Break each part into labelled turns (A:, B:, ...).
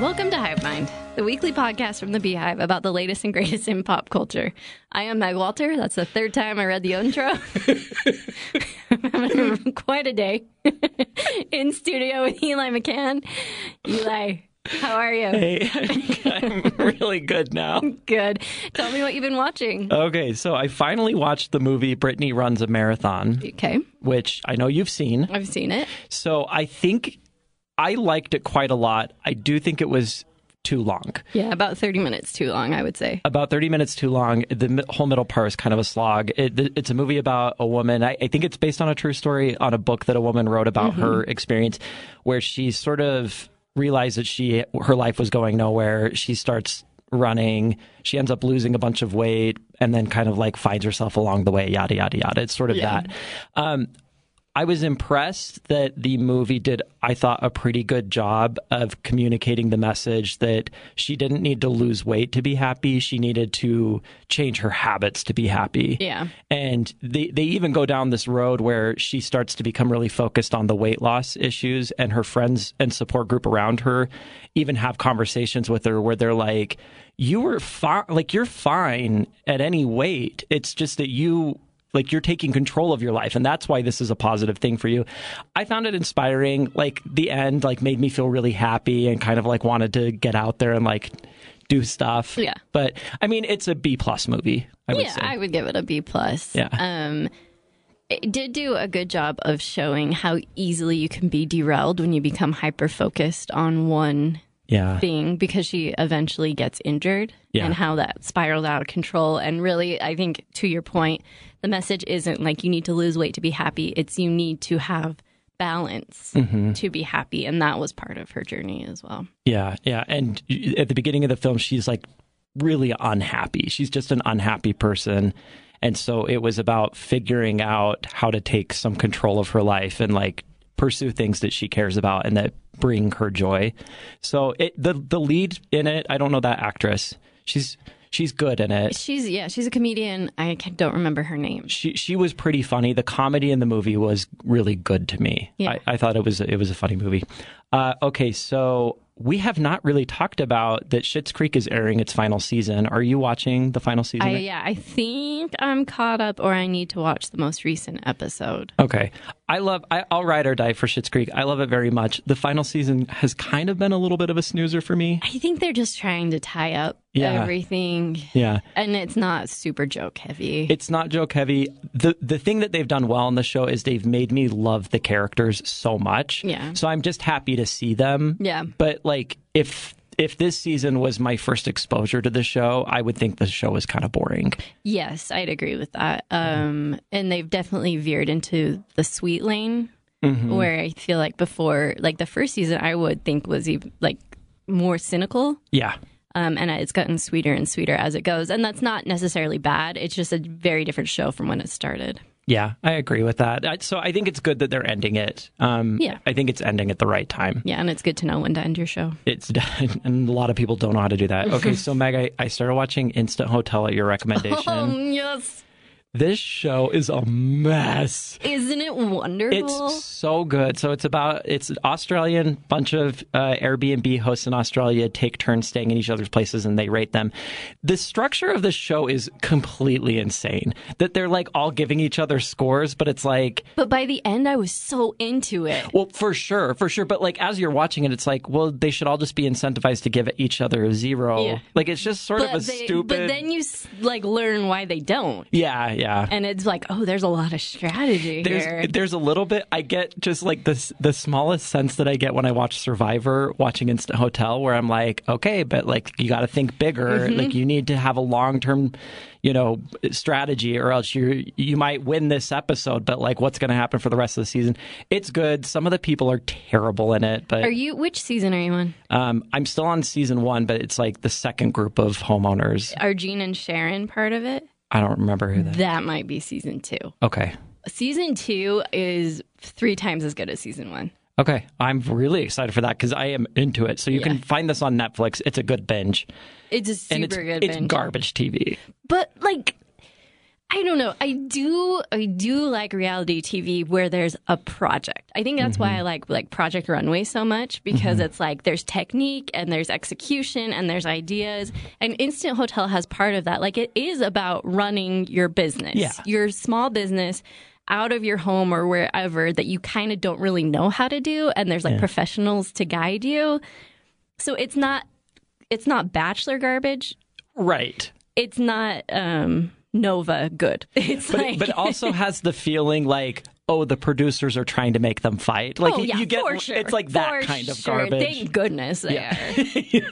A: Welcome to Hive Mind, the weekly podcast from the Beehive about the latest and greatest in pop culture. I am Meg Walter. That's the third time I read the intro. I'm having quite a day in studio with Eli McCann. Eli, how are you?
B: Hey, I'm really good now.
A: Good. Tell me what you've been watching.
B: Okay, so I finally watched the movie Brittany Runs a Marathon,
A: Okay,
B: which I know you've seen.
A: I've seen it.
B: So I think I liked it quite a lot. I do think it was too long.
A: Yeah, about 30 minutes too long, I would say.
B: About 30 minutes too long. The mi- whole middle part is kind of a slog. It, th- it's a movie about a woman. I, I think it's based on a true story on a book that a woman wrote about her experience where she sort of realized that she her life was going nowhere. She starts running. She ends up losing a bunch of weight and then kind of like finds herself along the way, yada, yada, yada. It's sort of that. Um, I was impressed that the movie did, I thought, a pretty good job of communicating the message that she didn't need to lose weight to be happy. She needed to change her habits to be happy.
A: Yeah.
B: And they, they even go down this road where she starts to become really focused on the weight loss issues, and her friends and support group around her even have conversations with her where they're like, You were fine, like, you're fine at any weight. It's just that you like you're taking control of your life and that's why this is a positive thing for you i found it inspiring like the end like made me feel really happy and kind of like wanted to get out there and like do stuff
A: Yeah.
B: but i mean it's a b plus movie i would
A: yeah,
B: say
A: I would give it a B plus.
B: Yeah.
A: Um, it did do a good job of showing how easily you can be derailed when you become hyper focused on one
B: yeah
A: thing because she eventually gets injured
B: Yeah.
A: and how that spiraled out of control. And really, I think to your point, the message isn't like you need to lose weight to be happy, it's you need to have balance
B: Mm-hmm.
A: to be happy. And that was part of her journey as well.
B: Yeah, yeah. And at the beginning of the film, she's like really unhappy. She's just an unhappy person. And so it was about figuring out how to take some control of her life and like pursue things that she cares about and that bring her joy. So it the the lead in it, I don't know that actress. She's she's good in it.
A: She's, yeah, she's a comedian. I can- don't remember her name.
B: She she was pretty funny. The comedy in the movie was really good to me.
A: Yeah.
B: I, I thought it was it was a funny movie. Uh, okay, so we have not really talked about that. Schitt's Creek is airing its final season. Are you watching the final season?
A: I, yeah, I think I'm caught up, or I need to watch the most recent episode.
B: Okay, I love. I, I'll ride or die for Schitt's Creek. I love it very much. The final season has kind of been a little bit of a snoozer for me.
A: I think they're just trying to tie up
B: Yeah.
A: everything,
B: Yeah.
A: and it's not super joke heavy.
B: It's not joke heavy. The the thing that they've done well on the show is they've made me love the characters so much.
A: Yeah.
B: So I'm just happy to see them.
A: Yeah.
B: But like if if this season was my first exposure to the show, I would think the show was kind of boring.
A: yes, I'd agree with that. Um, and they've definitely veered into the sweet lane,
B: Mm-hmm.
A: where I feel like before, like the first season, I would think was even like more cynical.
B: Yeah.
A: Um, and it's gotten sweeter and sweeter as it goes. And that's not necessarily bad. It's just a very different show from when it started.
B: Yeah, I agree with that. I- So I think it's good that they're ending it. Um,
A: Yeah.
B: I think it's ending at the right time.
A: Yeah, and it's good to know when to end your show.
B: It's and a lot of people don't know how to do that. Okay, so Meg, I, I started watching Instant Hotel at your recommendation.
A: Um, yes.
B: This show is a mess.
A: Isn't it wonderful?
B: It's so good. So it's about it's an Australian bunch of uh, Airbnb hosts in Australia take turns staying in each other's places and they rate them. The structure of the show is completely insane. That they're like all giving each other scores, but it's like
A: but by the end, I was so into it.
B: well, for sure, for sure. But like as you're watching it, it's like well, they should all just be incentivized to give each other a zero.
A: Yeah.
B: Like it's just sort of
A: But,
B: a
A: they-
B: stupid.
A: but then you s- like learn why they don't,
B: yeah, yeah.
A: and it's like, oh, there's a lot of strategy here.
B: There's, there's a little bit I get just like this the smallest sense that I get when I watch Survivor watching Instant Hotel where I'm like okay but like you got to think bigger like you need to have a long term you know strategy or else you you might win this episode but like what's going to happen for the rest of the season it's good some of the people are terrible in it but
A: Are you? Which season are you on?
B: um, I'm still on season 1 but it's like the second group of homeowners
A: Are Gene and Sharon part of it?
B: I don't remember who that
A: That might be season two.
B: Okay
A: Season two is three times as good as season one.
B: Okay, I'm really excited for that because I am into it. So you can find this on Netflix. It's a good binge,
A: It's a super
B: and it's
A: good
B: it's
A: binge.
B: garbage TV.
A: but like I don't know. I do I do like reality TV where there's a project. I think that's why I like like Project Runway so much because it's like there's technique and there's execution and there's ideas. And Instant Hotel has part of that. Like it is about running your business.
B: Yeah.
A: Your small business out of your home or wherever that you kind of don't really know how to do and there's like professionals to guide you. So it's not it's not bachelor garbage.
B: Right.
A: It's not um Nova good. It's
B: But,
A: like
B: but also has the feeling like, oh, the producers are trying to make them fight. Like
A: Oh,
B: you,
A: yeah,
B: you get
A: for sure.
B: it's like that
A: For
B: kind of
A: sure.
B: garbage.
A: Thank goodness they are.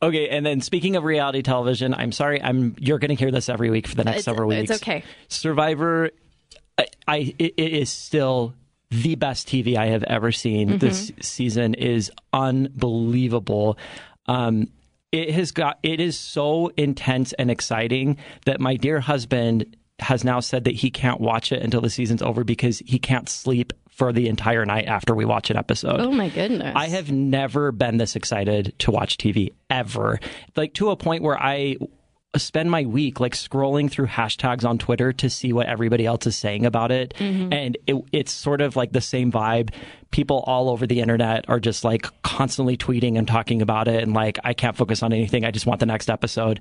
B: okay, and then speaking of reality television, I'm sorry, I'm you're going to hear this every week for the next
A: It's-
B: several
A: it's
B: weeks.
A: okay.
B: Survivor, I, I it, it is still the best TV I have ever seen.
A: Mm-hmm.
B: This season is unbelievable. Um, it has got it is so intense and exciting that my dear husband has now said that he can't watch it until the season's over because he can't sleep for the entire night after we watch an episode.
A: Oh my goodness.
B: I have never been this excited to watch TV ever. Like to a point where I spend my week like scrolling through hashtags on Twitter to see what everybody else is saying about it. And it, it's sort of like the same vibe. People all over the internet are just like constantly tweeting and talking about it. And like, I can't focus on anything. I just want the next episode.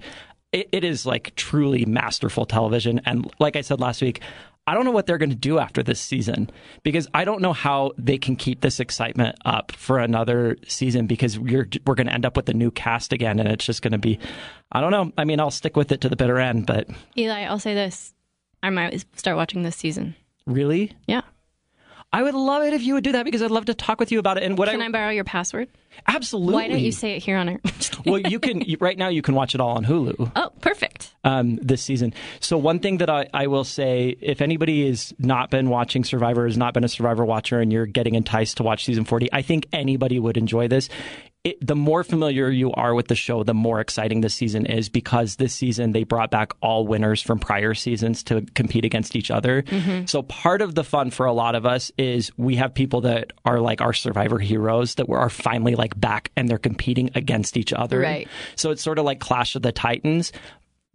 B: It, it is like truly masterful television. And like I said last week, I don't know what they're going to do after this season because I don't know how they can keep this excitement up for another season because we're we're going to end up with a new cast again and it's just going to be I don't know. I mean, I'll stick with it to the bitter end, but
A: Eli, I'll say this. I might start watching this season.
B: really,
A: Yeah.
B: I would love it if you would do that because I'd love to talk with you about it and what
A: Can I borrow your password?
B: absolutely
A: Why don't you say it here on air?
B: well, you can you- right now. You can watch it all on Hulu.
A: oh, perfect.
B: um, this season. So one thing that I, I will say, if anybody has not been watching Survivor, has not been a Survivor watcher, and you're getting enticed to watch season 40, I think anybody would enjoy this. It, the more familiar you are with the show, the more exciting this season is because this season they brought back all winners from prior seasons to compete against each other. So part of the fun for a lot of us is we have people that are like our survivor heroes that were are finally like back and they're competing against each other.
A: Right.
B: So it's sort of like Clash of the Titans.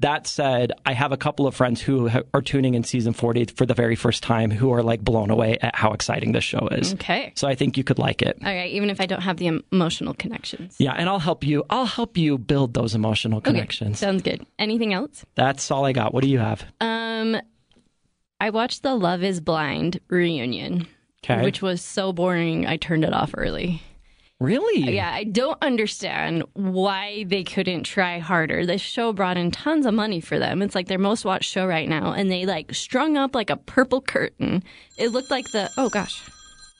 B: That said, I have a couple of friends who ha- are tuning in season 40 for the very first time who are like blown away at how exciting this show is.
A: Okay.
B: So I think you could like it.
A: All right, even if I don't have the emotional connections.
B: Yeah, and I'll help you. I'll help you build those emotional connections.
A: Sounds good. Anything else?
B: That's all I got. What do you have?
A: Um I watched the Love is Blind reunion,
B: Okay.
A: which was so boring I turned it off early.
B: really?
A: uh, Yeah, I don't understand why they couldn't try harder. This show brought in tons of money for them. It's like their most watched show right now, and they like strung up like a purple curtain. It looked like the oh gosh,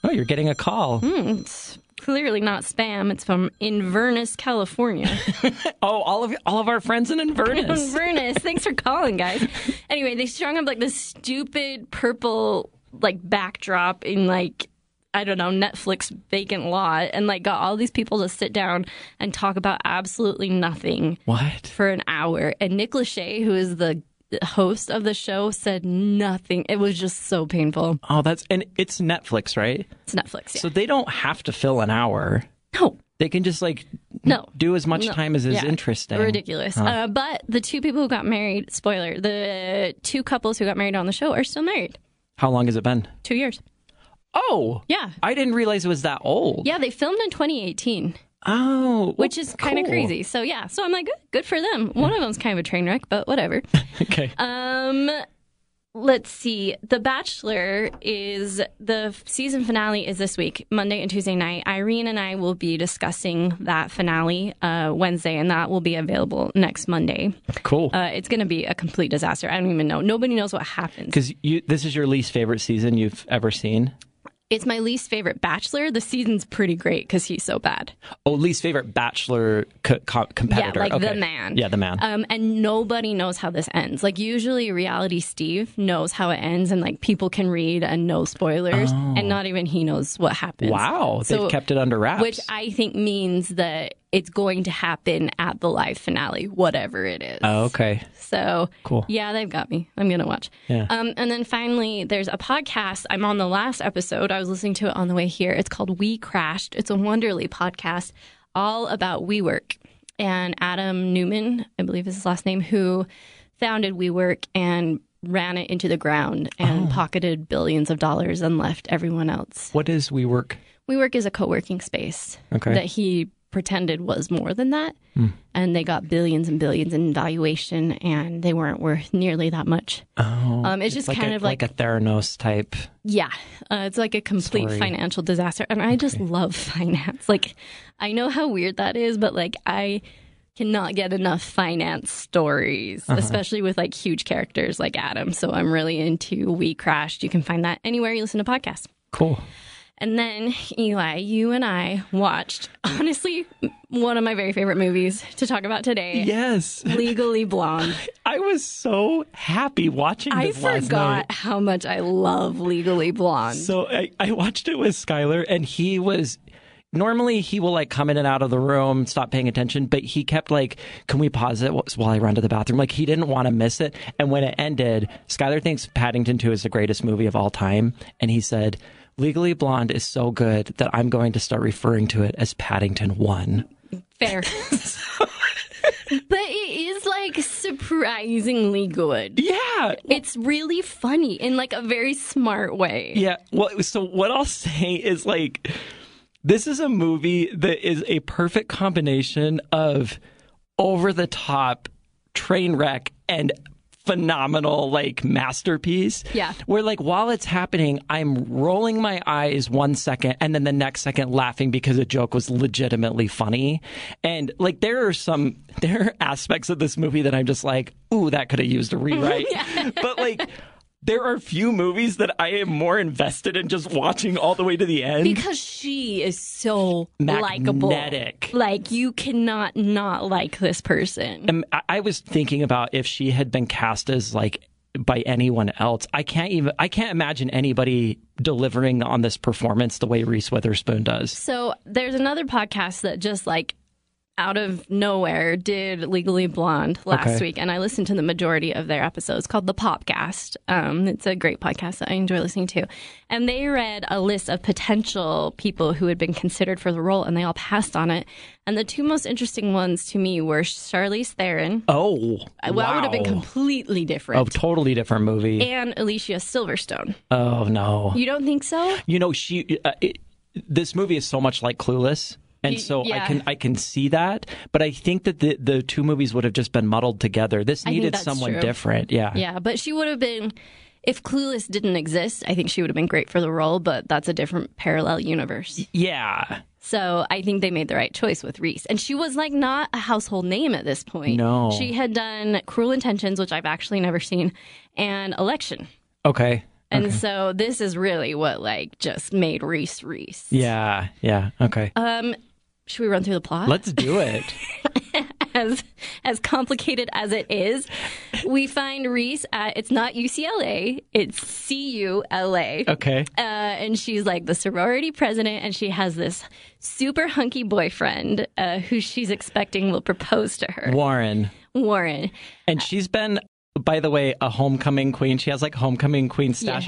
B: Oh, you're getting a call.
A: Hmm? it's clearly not spam. It's from Inverness, California.
B: Oh, all of all of our friends in Inverness.
A: Inverness, thanks for calling, guys. Anyway, they strung up like this stupid purple like backdrop in like I don't know Netflix vacant lot, and like got all these people to sit down and talk about absolutely nothing.
B: what?
A: for an hour, and Nick Lachey, who is the host of the show, said nothing. It was just so painful.
B: Oh, that's and it's Netflix, right?
A: It's Netflix. Yeah.
B: So they don't have to fill an hour.
A: no,
B: They can just like
A: no.
B: do as much
A: No.
B: time as is
A: Yeah.
B: interesting.
A: Ridiculous. Uh, but the two people who got married, spoiler, the two couples who got married on the show are still married.
B: How long has it been?
A: Two years.
B: Oh,
A: Yeah.
B: I didn't realize it was that old.
A: Yeah, they filmed in 2018,
B: Oh, well,
A: which is kind of
B: cool.
A: crazy. So, yeah. So I'm like, good, good for them. One of them's kind of a train wreck, but whatever.
B: Okay.
A: Um, let's see. The Bachelor is the season finale is this week, Monday and Tuesday night. Irene and I will be discussing that finale uh, Wednesday, and that will be available next Monday.
B: cool.
A: Uh, it's going to be a complete disaster. I don't even know. Nobody knows what happens.
B: Because you, this is your least favorite season you've ever seen.
A: It's my least favorite Bachelor. The season's pretty great because he's so bad.
B: Oh, least favorite Bachelor co- co- competitor.
A: Yeah, like the
B: Okay.
A: man.
B: Yeah, the man.
A: Um, and nobody knows how this ends. Like usually, reality Steve knows how it ends, and like people can read and no spoilers, and not even he knows what happens.
B: Oh. wow,
A: so-
B: they've kept it under wraps.
A: Which I think means that it's going to happen at the live finale, whatever it is.
B: oh, okay.
A: So
B: Cool.
A: Yeah, they've got me. I'm gonna watch.
B: Yeah.
A: Um, and then finally, there's a podcast. I'm on the last episode. I was listening to it on the way here. It's called We Crashed. It's a Wonderly podcast, all about WeWork and Adam Newman, I believe is his last name, who founded WeWork and ran it into the ground
B: Oh.
A: and pocketed billions of dollars and left everyone else.
B: What is WeWork?
A: WeWork is a co working space
B: Okay. Hmm.
A: that he pretended was more than that. And they got billions and billions in valuation and they weren't worth nearly that much.
B: oh,
A: Um, it's, just
B: like
A: kind
B: a,
A: of like,
B: a Theranos type.
A: yeah, uh, it's like a complete
B: Story.
A: financial disaster. And I just love finance. Like, I know how weird that is, but like, I cannot get enough finance stories,
B: Uh-huh.
A: especially with like huge characters like Adam. So I'm really into We Crashed. You can find that anywhere you listen to podcasts.
B: Cool.
A: And then, Eli, you and I watched, honestly, m- one of my very favorite movies to talk about today
B: Yes,
A: Legally Blonde.
B: I was so happy watching
A: I
B: this last night.
A: forgot how much I love Legally Blonde.
B: So I, I watched it with Skylar, and he was. Normally, he will like come in and out of the room, stop paying attention, but he kept like, Can we pause it wh- while I run to the bathroom? Like, he didn't want to miss it. And when it ended, Skylar thinks Paddington 2 is the greatest movie of all time. And he said, Legally Blonde is so good that I'm going to start referring to it as Paddington 1.
A: Fair. but it is like surprisingly good.
B: Yeah.
A: It's really funny in like a very smart way.
B: Yeah. Well, so what I'll say is like, this is a movie that is a perfect combination of over the top train wreck and phenomenal like masterpiece.
A: Yeah.
B: Where like while it's happening, I'm rolling my eyes one second and then the next second laughing because a joke was legitimately funny. And like there are some there are aspects of this movie that I'm just like, ooh, that could have used a rewrite. But like there are few movies that I am more invested in just watching all the way to the end.
A: Because she is so likable.
B: Magnetic.
A: Like you cannot not like this person.
B: Um, I- I was thinking about if she had been cast as like by anyone else. I can't even. I can't imagine anybody delivering on this performance the way Reese Witherspoon does.
A: So there's another podcast that just like out of nowhere did Legally Blonde last
B: Okay.
A: week, and I listened to the majority of their episodes called the Popcast. Um, it's a great podcast that I enjoy listening to, and they read a list of potential people who had been considered for the role, and they all passed on it. And the two most interesting ones to me were Charlize Theron.
B: Oh,
A: Uh, Well, that would have been completely
B: a
A: different.
B: totally different movie.
A: and Alicia Silverstone.
B: oh no.
A: You don't think so?
B: you know she uh, it, this movie is so much like clueless and so
A: yeah.
B: i can i can see that but i think that the the two movies would have just been muddled together this
A: think
B: needed
A: that's
B: someone
A: true.
B: different yeah
A: Yeah, but she would have been if Clueless didn't exist, I think she would have been great for the role, but that's a different parallel universe.
B: yeah
A: So I think they made the right choice with Reese. And she was like not a household name at this point.
B: No.
A: She had done Cruel Intentions, which I've actually never seen, and Election.
B: okay
A: And so this is really what like just made Reese Reese.
B: yeah yeah okay
A: Uh, Should we run through the plot?
B: let's do it
A: as as complicated as it is, we find Reese at it's not UCLA, it's CULA.
B: okay
A: uh, and she's like the sorority president, and she has this super hunky boyfriend uh, who she's expecting will propose to her,
B: warren
A: Warren.
B: and she's been by the way a homecoming queen she has like homecoming queen stash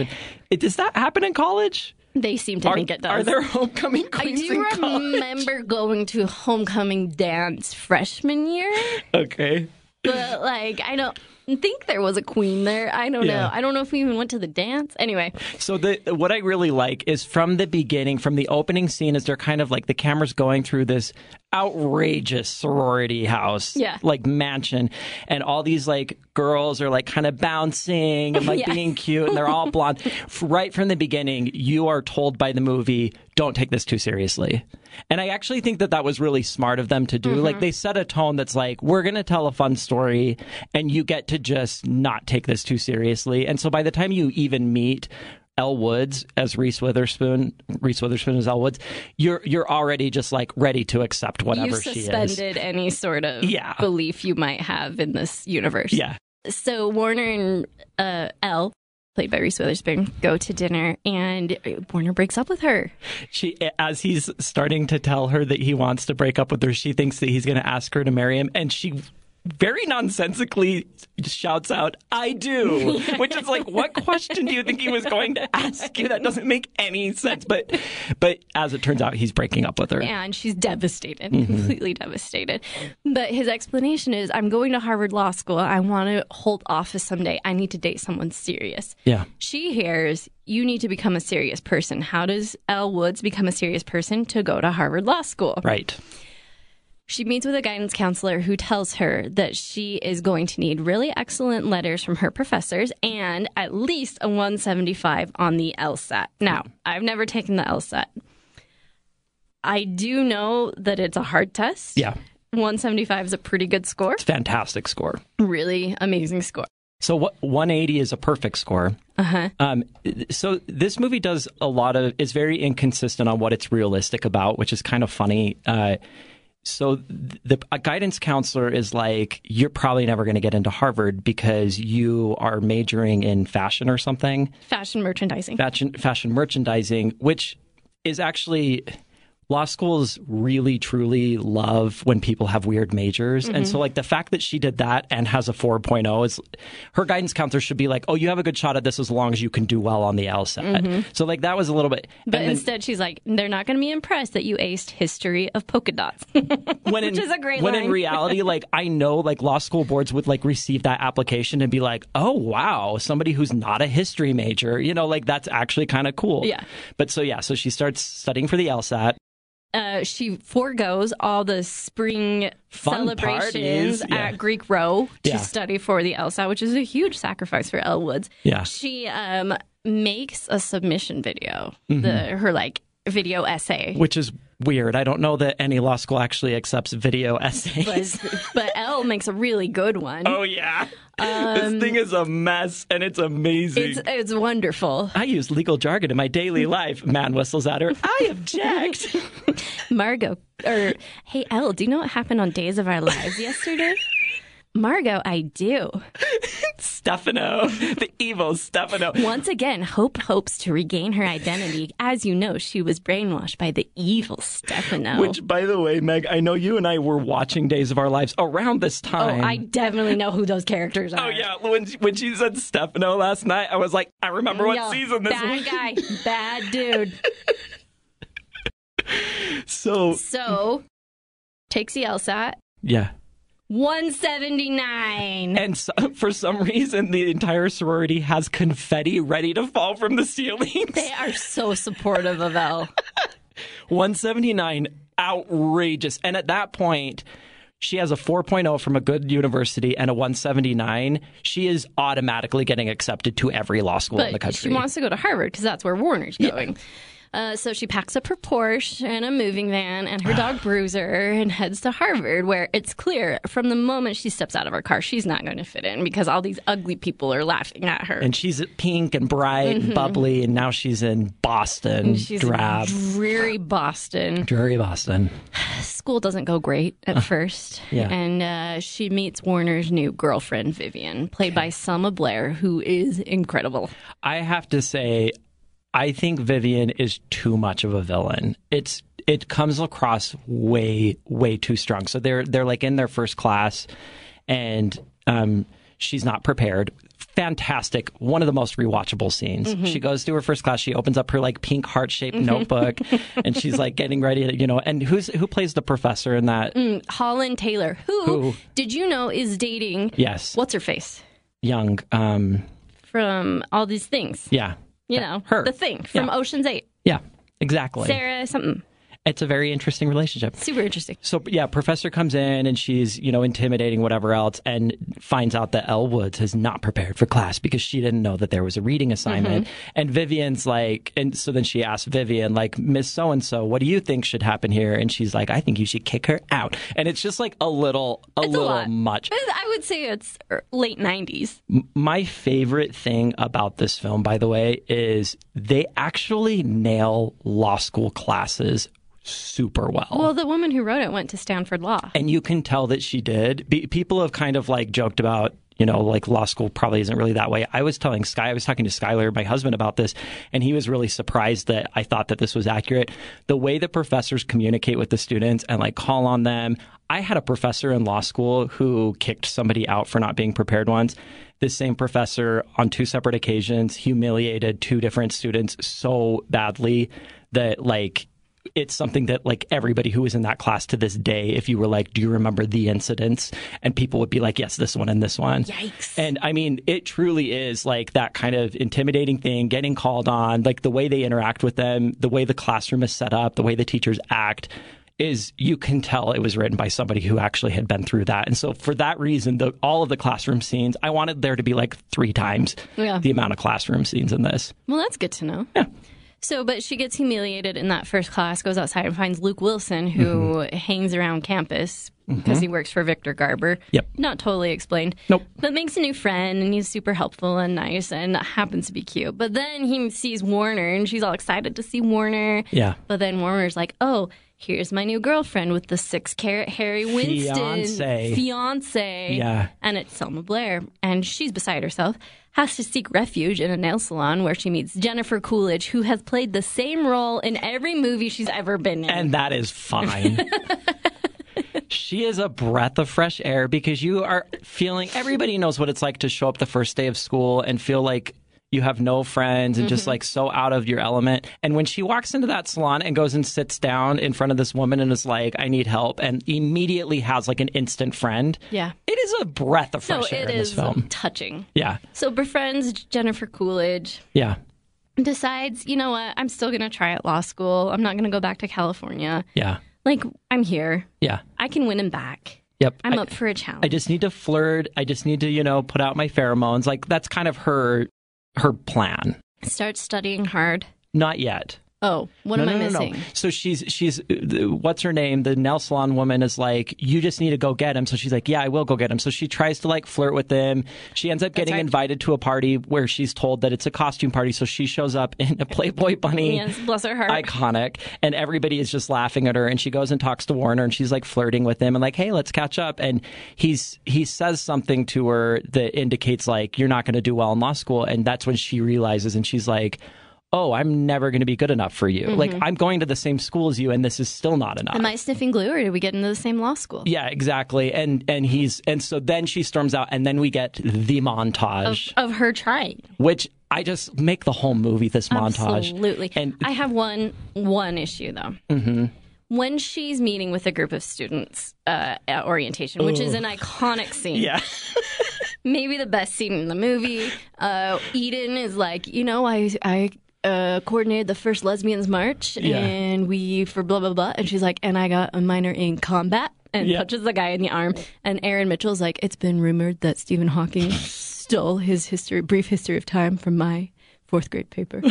B: it, does that happen in college
A: They seem to
B: are,
A: think it does.
B: are there homecoming
A: I
B: queens
A: do
B: in college?
A: remember going to homecoming dance freshman year,
B: okay
A: but like I don't think there was a queen there. I don't
B: Yeah.
A: know. I don't know if we even went to the dance. Anyway,
B: So the what I really like is from the beginning, from the opening scene, is they're kind of like the camera's going through this outrageous sorority house,
A: Yeah.
B: like mansion, and all these like girls are like kind of bouncing and like
A: Yeah.
B: being cute, and they're all blonde. F- right from the beginning, you are told by the movie, don't take this too seriously. And I actually think that that was really smart of them to do.
A: Mm-hmm.
B: Like they set a tone that's like, we're going to tell a fun story, and you get to just not take this too seriously. And so by the time you even meet Elle Woods as Reese Witherspoon, Reese Witherspoon as Elle Woods, you're you're already just like ready to accept
A: you
B: whatever she is.
A: suspended any sort of
B: Yeah.
A: belief you might have in this universe.
B: Yeah.
A: so Warner and uh, Elle, played by Reese Witherspoon, go to dinner, and Warner breaks up with her.
B: She as he's starting to tell her that he wants to break up with her, she thinks that he's going to ask her to marry him and she very nonsensically shouts out, I do, which is like, what question do you think he was going to ask you? That doesn't make any sense. But, but as it turns out, he's breaking up with her.
A: and she's devastated, completely devastated. But his explanation is I'm going to Harvard Law School. I want to hold office someday. I need to date someone serious.
B: Yeah.
A: She hears you need to become a serious person. How does Elle Woods become a serious person to go to Harvard Law School?
B: Right.
A: She meets with a guidance counselor who tells her that she is going to need really excellent letters from her professors and at least a 175 on the LSAT. Now, I've never taken the LSAT. I do know that it's a hard test.
B: Yeah.
A: 175 is a pretty good score.
B: Fantastic score.
A: Really amazing score.
B: So what 180 is a perfect score. Uh-huh. Um, so this movie does a lot of is very inconsistent on what it's realistic about, which is kind of funny. Uh, so th- the a guidance counselor is like, you're probably never going to get into Harvard because you are majoring in fashion or something,
A: Fashion merchandising.
B: fashion fashion merchandising, which is actually law schools really truly love when people have weird majors and
A: Mm-hmm.
B: so like the fact that she did that and has a 4.0 is her guidance counselor should be like oh you have a good shot at this as long as you can do well on the LSAT so like that was a little bit
A: Mm-hmm. but
B: and then
A: instead, she's like, they're not going to be impressed that you aced history of polka dots.
B: when in,
A: which is a great
B: when in
A: line.
B: reality like I know like law school boards would like receive that application and be like oh wow somebody who's not a history major you know like that's actually kind of cool
A: Yeah.
B: but so yeah so she starts studying for the LSAT
A: uh, she foregoes all the spring
B: Fun
A: celebrations
B: parties, yeah.
A: at Greek Row to
B: Yeah.
A: study for the LSAT, which is a huge sacrifice for Elle Woods.
B: Yeah.
A: She um, makes a submission video,
B: Mm-hmm.
A: the her like video essay.
B: which is weird. I don't know that any law school actually accepts video essays.
A: But, but Elle makes a really good one.
B: oh yeah, this thing is a mess, and it's amazing.
A: um, It's, it's wonderful.
B: I use legal jargon in my daily life. Man whistles at her. I object.
A: Margot, or hey, Elle, do you know what happened on Days of Our Lives yesterday? Margot, I do.
B: Stefano, the evil Stefano.
A: Once again, Hope hopes to regain her identity. As you know, she was brainwashed by the evil Stefano.
B: Which, by the way, Meg, I know you and I were watching Days of Our Lives around this
A: oh,
B: time.
A: I definitely know who those characters are.
B: Oh, yeah, when she, when she said Stefano last night, I was like, I remember what
A: Yo,
B: season this
A: bad
B: was.
A: guy, bad dude.
B: So
A: So takes the LSAT.
B: yeah,
A: 179.
B: And so, for some reason, the entire sorority has confetti ready to fall from the ceilings.
A: They are so supportive of Elle.
B: 179, outrageous. And at that point, she has a 4.0 from a good university and a 179. She is automatically getting accepted to every law school in the
A: But
B: country.
A: she wants to go to Harvard because that's where Warner's going. Uh, so she packs up her Porsche and a moving van and her dog Bruiser and heads to Harvard, where it's clear from the moment she steps out of her car, she's not going to fit in because all these ugly people are laughing at her.
B: and she's pink and bright and bubbly, and now she's in
A: Mm-hmm.
B: Boston,
A: she's
B: drab,
A: in dreary Boston.
B: dreary Boston.
A: School doesn't go great at first.
B: yeah.
A: And uh, she meets Warner's new girlfriend, Vivian, played by Selma Blair, who is incredible.
B: I have to say, I think Vivian is too much of a villain. It's it comes across way way too strong. So they're they're like in their first class, and um, she's not prepared. Fantastic, one of the most rewatchable scenes. She goes to her first class. She opens up her like pink heart shaped notebook, and she's like getting ready. To, you know, and who's who plays the professor in that?
A: Holland Taylor, who,
B: Who?
A: did you know is dating
B: Yes,
A: what's her face?
B: young. Um,
A: from all these things.
B: yeah,
A: You know,
B: her.
A: the thing from
B: Yeah.
A: Ocean's Eight,
B: yeah, exactly.
A: Sarah something.
B: It's a very interesting relationship.
A: Super interesting.
B: So yeah, professor comes in and she's you know intimidating whatever else, and finds out that Elle Woods is not prepared for class because she didn't know that there was a reading assignment. And Vivian's like, and so then she asks Vivian like, Miss So and So, what do you think should happen here? And she's like, I think you should kick her out. And it's just like a little, a
A: a
B: little
A: lot.
B: much.
A: But I would say it's er, late nineties.
B: My favorite thing about this film, by the way, is they actually nail law school classes super well.
A: Well, the woman who wrote it went to Stanford Law.
B: and you can tell that she did. Be- people have kind of like joked about, you know, like law school probably isn't really that way. I was telling Sky, I was talking to Skylar, my husband, about this, and he was really surprised that I thought that this was accurate. The way that professors communicate with the students and like call on them. I had a professor in law school who kicked somebody out for not being prepared once. This same professor, on two separate occasions, humiliated two different students so badly that, like, it's something that like everybody who was in that class to this day if you were like do you remember the incidents and people would be like yes this one and this one
A: Yikes.
B: and i mean it truly is like that kind of intimidating thing getting called on like the way they interact with them the way the classroom is set up the way the teachers act is you can tell it was written by somebody who actually had been through that and so for that reason the, all of the classroom scenes i wanted there to be like three times
A: Yeah.
B: the amount of classroom scenes in this
A: Well, that's good to know. So, but she gets humiliated in that first class, goes outside and finds Luke Wilson, who
B: Mm-hmm.
A: hangs around campus because he works for Victor Garber.
B: Yep.
A: Not totally explained.
B: Nope.
A: But makes a new friend, and he's super helpful and nice and happens to be cute. But then he sees Warner, and she's all excited to see Warner.
B: yeah
A: But then Warner's like, oh, here's my new girlfriend with the six carat Harry Winston
B: Fiancé.
A: Fiance.
B: Yeah.
A: And it's Selma Blair. And she's beside herself, has to seek refuge in a nail salon where she meets Jennifer Coolidge, who has played the same role in every movie she's ever been in.
B: and that is fine. she is a breath of fresh air because you are feeling everybody knows what it's like to show up the first day of school and feel like you have no friends and
A: Mm-hmm.
B: just like so out of your element. And when she walks into that salon and goes and sits down in front of this woman and is like, I need help, and immediately has like an instant friend.
A: Yeah.
B: It is a breath of
A: so
B: fresh air
A: it
B: in this
A: is
B: film.
A: touching.
B: Yeah.
A: So befriends Jennifer Coolidge,
B: Yeah.
A: decides, you know what, I'm still going to try at law school. I'm not going to go back to California.
B: Yeah.
A: Like, I'm here.
B: Yeah.
A: I can win him back.
B: Yep.
A: I'm
B: I-
A: up for a challenge.
B: I just need to flirt. I just need to, you know, put out my pheromones. Like that's kind of her her plan.
A: Start studying hard.
B: Not yet.
A: Oh, what
B: No,
A: am
B: no,
A: I
B: no, no.
A: missing?
B: So she's she's uh, what's her name? The nail salon woman is like, you just need to go get him. So she's like, yeah, I will go get him. So she tries to like flirt with him. She ends up getting
A: right.
B: invited to a party where she's told that it's a costume party. So she shows up in a Playboy bunny
A: Yes, bless her heart.
B: iconic and everybody is just laughing at her and she goes and talks to Warner and she's like flirting with him and like hey let's catch up and he's he says something to her that indicates like you're not going to do well in law school and that's when she realizes and she's like oh I'm never going to be good enough for you
A: Mm-hmm.
B: like I'm going to the same school as you and this is still not enough
A: Am I sniffing glue, or did we get into the same law school?
B: yeah exactly and and he's and so then she storms out and then we get the montage
A: Of her trying,
B: which I just make the whole movie this montage
A: absolutely.
B: and
A: I have one one issue though. Mm-hmm. When she's meeting with a group of students uh, at orientation, which is an iconic scene,
B: yeah
A: maybe the best scene in the movie. Uh, Eden is like, you know, I I uh, coordinated the first lesbians march,
B: Yeah.
A: and we for blah blah blah. And she's like, and I got a minor in combat, and
B: Yeah.
A: touches the guy in the arm. And Aaron Mitchell's like, it's been rumored that Stephen Hawking stole his history, brief history of time, from my. Fourth grade paper,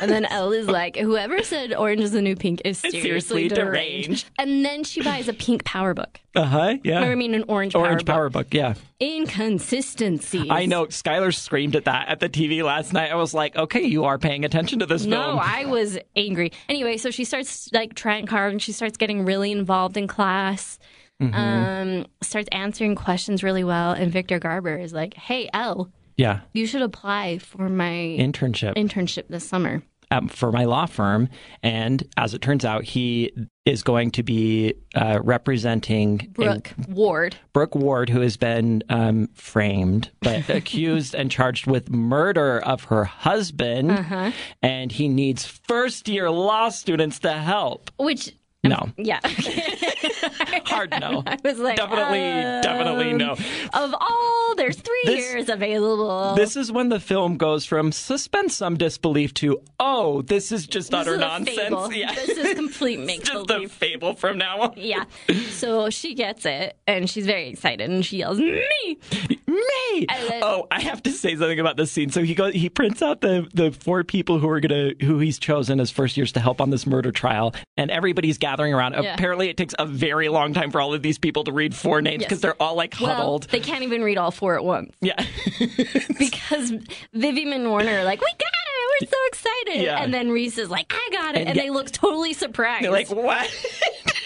A: and then Elle is like, "Whoever said orange is the new pink is seriously,
B: seriously deranged.
A: deranged." And then she buys a pink power book.
B: uh huh yeah
A: I mean, an orange,
B: Orange
A: power book.
B: Power Book, yeah.
A: Inconsistencies.
B: I know Skylar screamed at that at the TV last night. I was like, okay, you are paying attention to this
A: No,
B: film.
A: I was angry. Anyway, so she starts like trying hard and she starts getting really involved in class.
B: Mm-hmm.
A: Um, starts answering questions really well, and Victor Garber is like, "Hey, Elle,
B: yeah,
A: you should apply for my
B: internship
A: internship this summer."
B: um, for my law firm, and as it turns out, he is going to be uh, representing a-
A: Brooke Ward.
B: Brooke Ward, who has been um, framed but accused and charged with murder of her husband,
A: Uh-huh.
B: and he needs first-year law students to help.
A: Which,
B: No,
A: yeah,
B: hard no.
A: I was like,
B: Definitely,
A: um,
B: definitely no.
A: Of all, there's three
B: This-
A: years available.
B: This is when the film goes from suspend some disbelief to oh, this is just
A: This
B: utter
A: is a
B: nonsense.
A: fable.
B: Yeah,
A: This is complete make
B: just
A: believe.
B: a fable from now on.
A: Yeah. So she gets it and she's very excited and she yells, Me!
B: Me.
A: love-
B: Oh, I have to say something about this scene. So he goes, he prints out the the four people who are gonna who he's chosen as first years to help on this murder trial, and everybody's gathering around.
A: Yeah.
B: Apparently, it takes a very long time for all of these people to read four names
A: Yes.
B: because they're all like
A: Well,
B: huddled.
A: they can't even read all four at once
B: yeah.
A: because Vivian and Warner are like, We got it! We're so excited!
B: Yeah.
A: And then Reese is like, I got it! And,
B: yeah.
A: they look totally surprised.
B: They're like, what?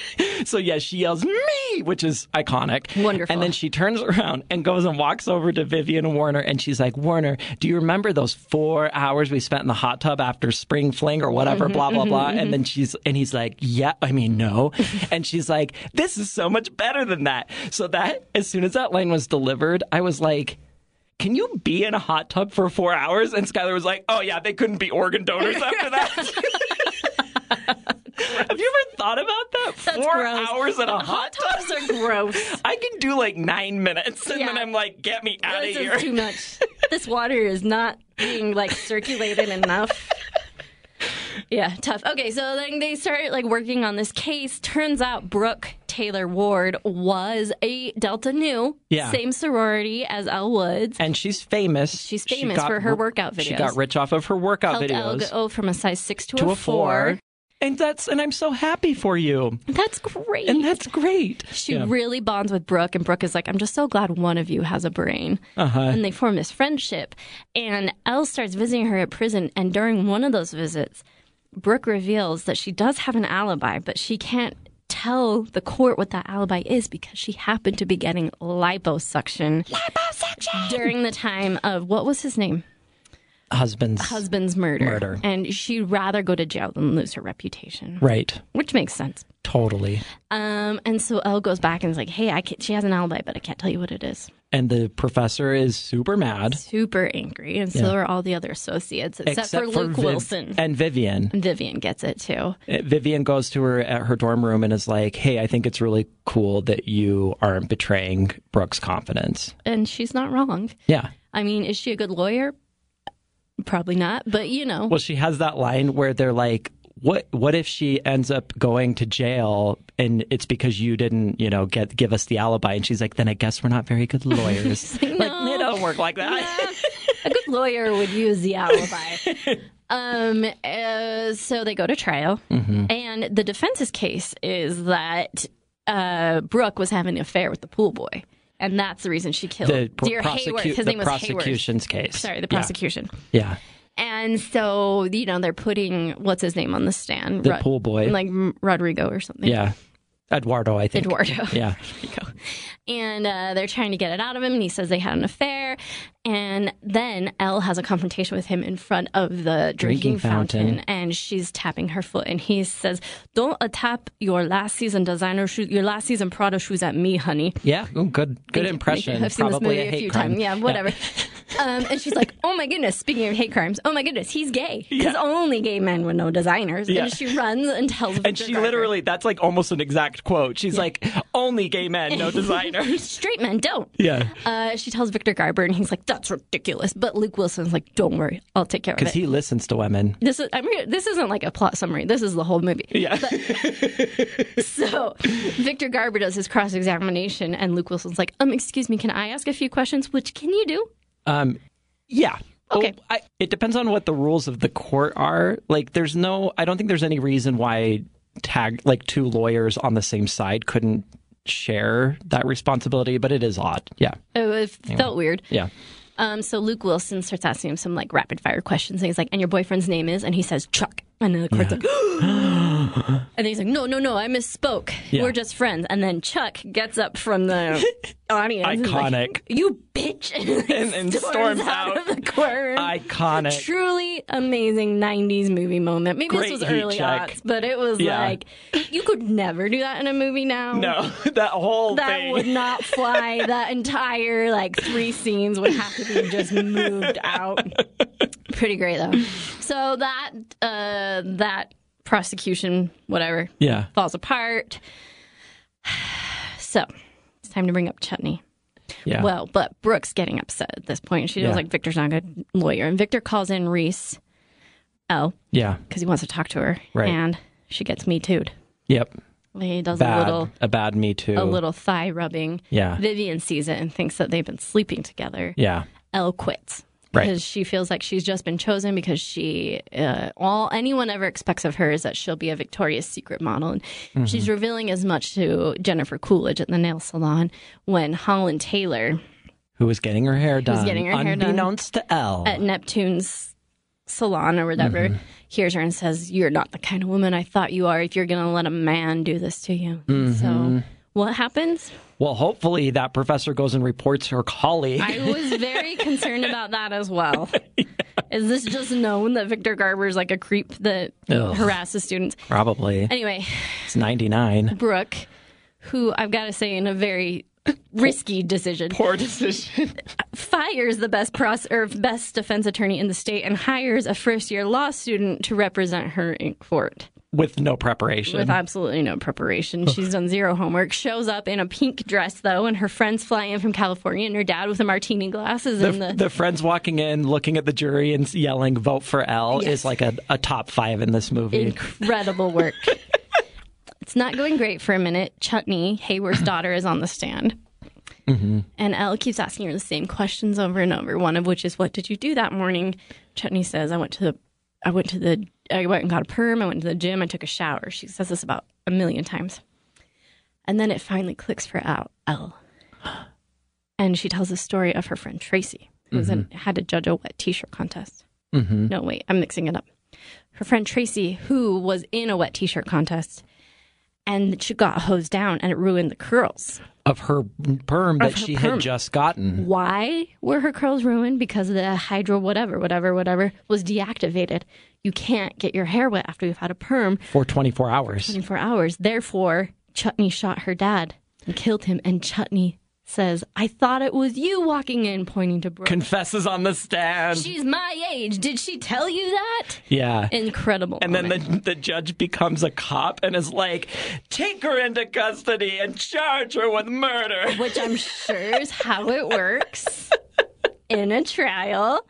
B: So yeah, she yells me, which is iconic.
A: Wonderful.
B: And then she turns around and goes and walks over to Vivian Warner, and she's like, Warner, do you remember those four hours we spent in the hot tub after spring fling or whatever? blah blah blah. And then she's and he's like, yeah, I mean no. and she's like, this is so much better than that. So that as soon as that line was delivered, I was like can you be in a hot tub for four hours? And Skylar was like, oh, yeah, they couldn't be organ donors after that. Have you ever thought about that?
A: That's
B: four
A: gross.
B: hours in a
A: Hot
B: hot tub?
A: tubs are gross.
B: I can do like nine minutes, and then
A: Yeah.
B: I'm like, get me out of
A: This
B: here.
A: is too much. This water is not being like circulated enough. Yeah, tough. Okay, so then they start like working on this case. Turns out Brooke Taylor Ward was a Delta Nu,
B: Yeah.
A: same sorority as Elle Woods.
B: and she's famous.
A: She's
B: She
A: famous
B: got
A: for her
B: ri-
A: workout
B: She
A: videos.
B: got rich off of her workout
A: Helped Elle
B: videos.
A: go from a size six to,
B: to
A: a four.
B: And that's and I'm so happy for you.
A: That's great.
B: And that's great.
A: she really bonds with Brooke, and Brooke is like, I'm just so glad one of you has a brain.
B: Uh-huh.
A: And they form this friendship. And Elle starts visiting her at prison, and during one of those visits, Brooke reveals that she does have an alibi, but she can't tell the court what that alibi is because she happened to be getting liposuction. Liposuction! During the time of what was his name?
B: Husbands.
A: Husband's murder.
B: Murder.
A: And she'd rather go to jail than lose her reputation,
B: Right.
A: which makes sense.
B: Totally.
A: Um, and so Elle goes back and is like, "Hey, I can't, she has an alibi, but I can't tell you what it is."
B: And the professor is super mad.
A: Super angry, and so are all the other associates, except, for Luke
B: Viv-
A: Wilson.
B: and Vivian.
A: And Vivian gets it too.
B: Uh, Vivian goes to her at her dorm room and is like, "Hey, I think it's really cool that you aren't betraying Brooke's confidence."
A: And she's not wrong.
B: Yeah.
A: I mean, is she a good lawyer? Probably not, but you know,
B: Well, she has that line where they're like, "What what if she ends up going to jail and it's because you didn't, you know, get give us the alibi?" And she's like, "Then I guess we're not very good lawyers."
A: like,
B: It don't work like that.
A: a good lawyer would use the alibi. um, uh, so they go to trial,
B: Mm-hmm.
A: and the defense's case is that uh, Brooke was having an affair with the pool boy, and that's the reason she killed
B: The, pr-
A: dear Hayward.
B: prosecu-
A: His
B: the
A: name was Hayward.
B: prosecution's case.
A: Sorry, the
B: Yeah.
A: prosecution.
B: Yeah.
A: And so you know they're putting what's his name on the stand,
B: The pool boy.
A: like M- Rodrigo or something,
B: Yeah. Eduardo, I think.
A: Eduardo.
B: Yeah.
A: and uh, they're trying to get it out of him and he says they had an affair and then Elle has a confrontation with him in front of the drinking,
B: Drinking
A: fountain.
B: fountain.
A: and she's tapping her foot and he says don't tap your last season designer shoes your last season Prada shoes at me honey
B: Yeah, ooh, good
A: Thank
B: good
A: you.
B: impression.
A: I've seen
B: Probably
A: this movie
B: a hate
A: few
B: crime.
A: times. Yeah, whatever. um, and she's like, "Oh my goodness!" Speaking of hate crimes, oh my goodness, he's gay because
B: Yeah.
A: only gay men would know designers.
B: Yeah.
A: And she runs and tells.
B: And she literally, that's like almost an exact quote. She's like, only gay men, no designers.
A: straight men don't.
B: yeah.
A: Uh, she tells Victor Garber, and he's like, "That's ridiculous." But Luke Wilson's like, "Don't worry, I'll take care of it."
B: Because he listens to women.
A: this is I'm gonna, this isn't like a plot summary. This is the whole movie.
B: Yeah.
A: So Victor Garber does his cross examination, and Luke Wilson's like, "Um, excuse me, can I ask a few questions? Which can you do?"
B: Um, yeah.
A: Okay.
B: Oh, I, it depends on what the rules of the court are. Like, there's no, I don't think there's any reason why tag, like, two lawyers on the same side couldn't share that responsibility, but it is odd. Yeah.
A: Oh, it felt weird.
B: Yeah.
A: Um, so Luke Wilson starts asking him some like rapid fire questions, and he's like, "And your boyfriend's name is?" And he says, "Chuck." And then the court's like, and then he's like, "No, no, no, I misspoke.
B: Yeah.
A: We're just friends." And then Chuck gets up from the audience, and is like,
B: Iconic.
A: you bitch, and, like,
B: And- and storms out.
A: of the courtroom.
B: Iconic.
A: Truly amazing '90s movie moment. Maybe
B: Great
A: this was
B: heat
A: early
B: check.
A: aughts, but it was
B: Yeah.
A: like you could never do that in a movie now.
B: No, that whole
A: That
B: thing.
A: would not fly. that entire like three scenes would have to be just moved out. Pretty great though. So that uh, that prosecution, whatever,
B: yeah.
A: falls apart. So it's time to bring up Chutney.
B: Yeah.
A: Well, but Brooke's getting upset at this point. She
B: Yeah.
A: feels like Victor's not a good lawyer, and Victor calls in Reese. Oh,
B: yeah.
A: because he wants to talk to her,
B: Right.
A: and she gets me too'd.
B: Yep.
A: He does
B: Bad.
A: a little
B: a bad me too.
A: a little thigh rubbing.
B: Yeah.
A: Vivian sees it and thinks that they've been sleeping together.
B: Yeah.
A: Elle quits
B: Right.
A: because she feels like she's just been chosen because she uh, all anyone ever expects of her is that she'll be a Victoria's Secret model, and
B: Mm-hmm.
A: she's revealing as much to Jennifer Coolidge at the nail salon when Holland Taylor
B: Who was getting her hair done? Uh,
A: getting her hair done.
B: unbeknownst to Elle.
A: at Neptune's salon or whatever
B: Mm-hmm.
A: hears her and says, You're not the kind of woman I thought you are if you're going to let a man do this to you.
B: Mm-hmm.
A: So, what happens?
B: Well, hopefully that professor goes and reports her colleague.
A: I was very concerned about that as well. Is this just known that Victor Garber's like a creep that
B: Ugh.
A: harasses students?
B: Probably.
A: Anyway,
B: It's 99.
A: Brooke, who I've got to say, in a very risky decision,
B: Poor decision.
A: fires the best pros- or best defense attorney in the state and hires a first year law student to represent her in court
B: With no preparation.
A: with absolutely no preparation. She's done zero homework. Shows up in a pink dress though, and her friends fly in from California, and her dad with a martini glasses and
B: the,
A: the.
B: the friends walking in, looking at the jury and yelling, vote for L is like a, a top five in this movie.
A: Incredible work. it's not going great for a minute. Chutney, Hayward's daughter, is on the stand. And Elle keeps asking her the same questions over and over. One of which is, "What did you do that morning?" Chutney says, "I went to the, I went to the, I went and got a perm. I went to the gym. I took a shower." She says this about a million times, and then it finally clicks for Elle. Elle. And she tells the story of her friend Tracy, who was in, had to judge a wet T-shirt contest. No, wait, I'm mixing it up. Her friend Tracy, who was in a wet T-shirt contest, and she got hosed down, and it ruined the curls.
B: of her perm that
A: her
B: she
A: perm.
B: had just gotten.
A: why were her curls ruined? Because the hydro whatever, whatever, whatever was deactivated. You can't get your hair wet after you've had a perm
B: for 24 hours.
A: in four hours. Therefore, Chutney shot her dad and killed him. And Chutney says, I thought it was you walking in, pointing to Brooke.
B: Confesses on the stand.
A: She's my age. Did she tell you that?
B: yeah.
A: Incredible.
B: and then the, the judge becomes a cop and is like, take her into custody and charge her with murder.
A: which I'm sure is how it works in a trial.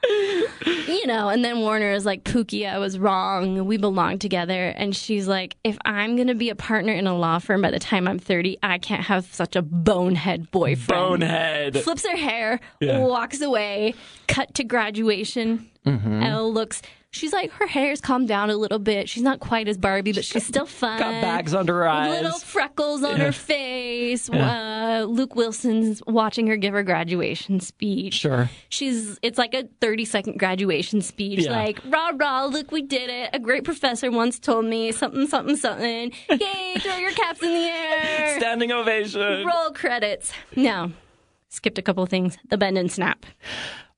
A: You know, and then Warner is like, Pookie, I was wrong. We belong together. And she's like, if I'm going to be a partner in a law firm by the time I'm 30, I can't have such a bonehead boyfriend.
B: Bonehead.
A: Flips her hair,
B: Yeah.
A: walks away, cut to graduation.
B: Mm-hmm.
A: Elle looks. She's like her hair's calmed down a little bit. She's not quite as Barbie, but she's still fun
B: Got bags under her eyes.
A: little freckles on her face. Uh, Luke Wilson's watching her give her graduation speech.
B: Sure.
A: She's it's like a 30 second graduation speech
B: Yeah.
A: like rah rah look we did it. A great professor once told me something something something. Yay, throw your caps in the air.
B: Standing ovation.
A: Roll credits. No. Skipped a couple things. The bend and snap.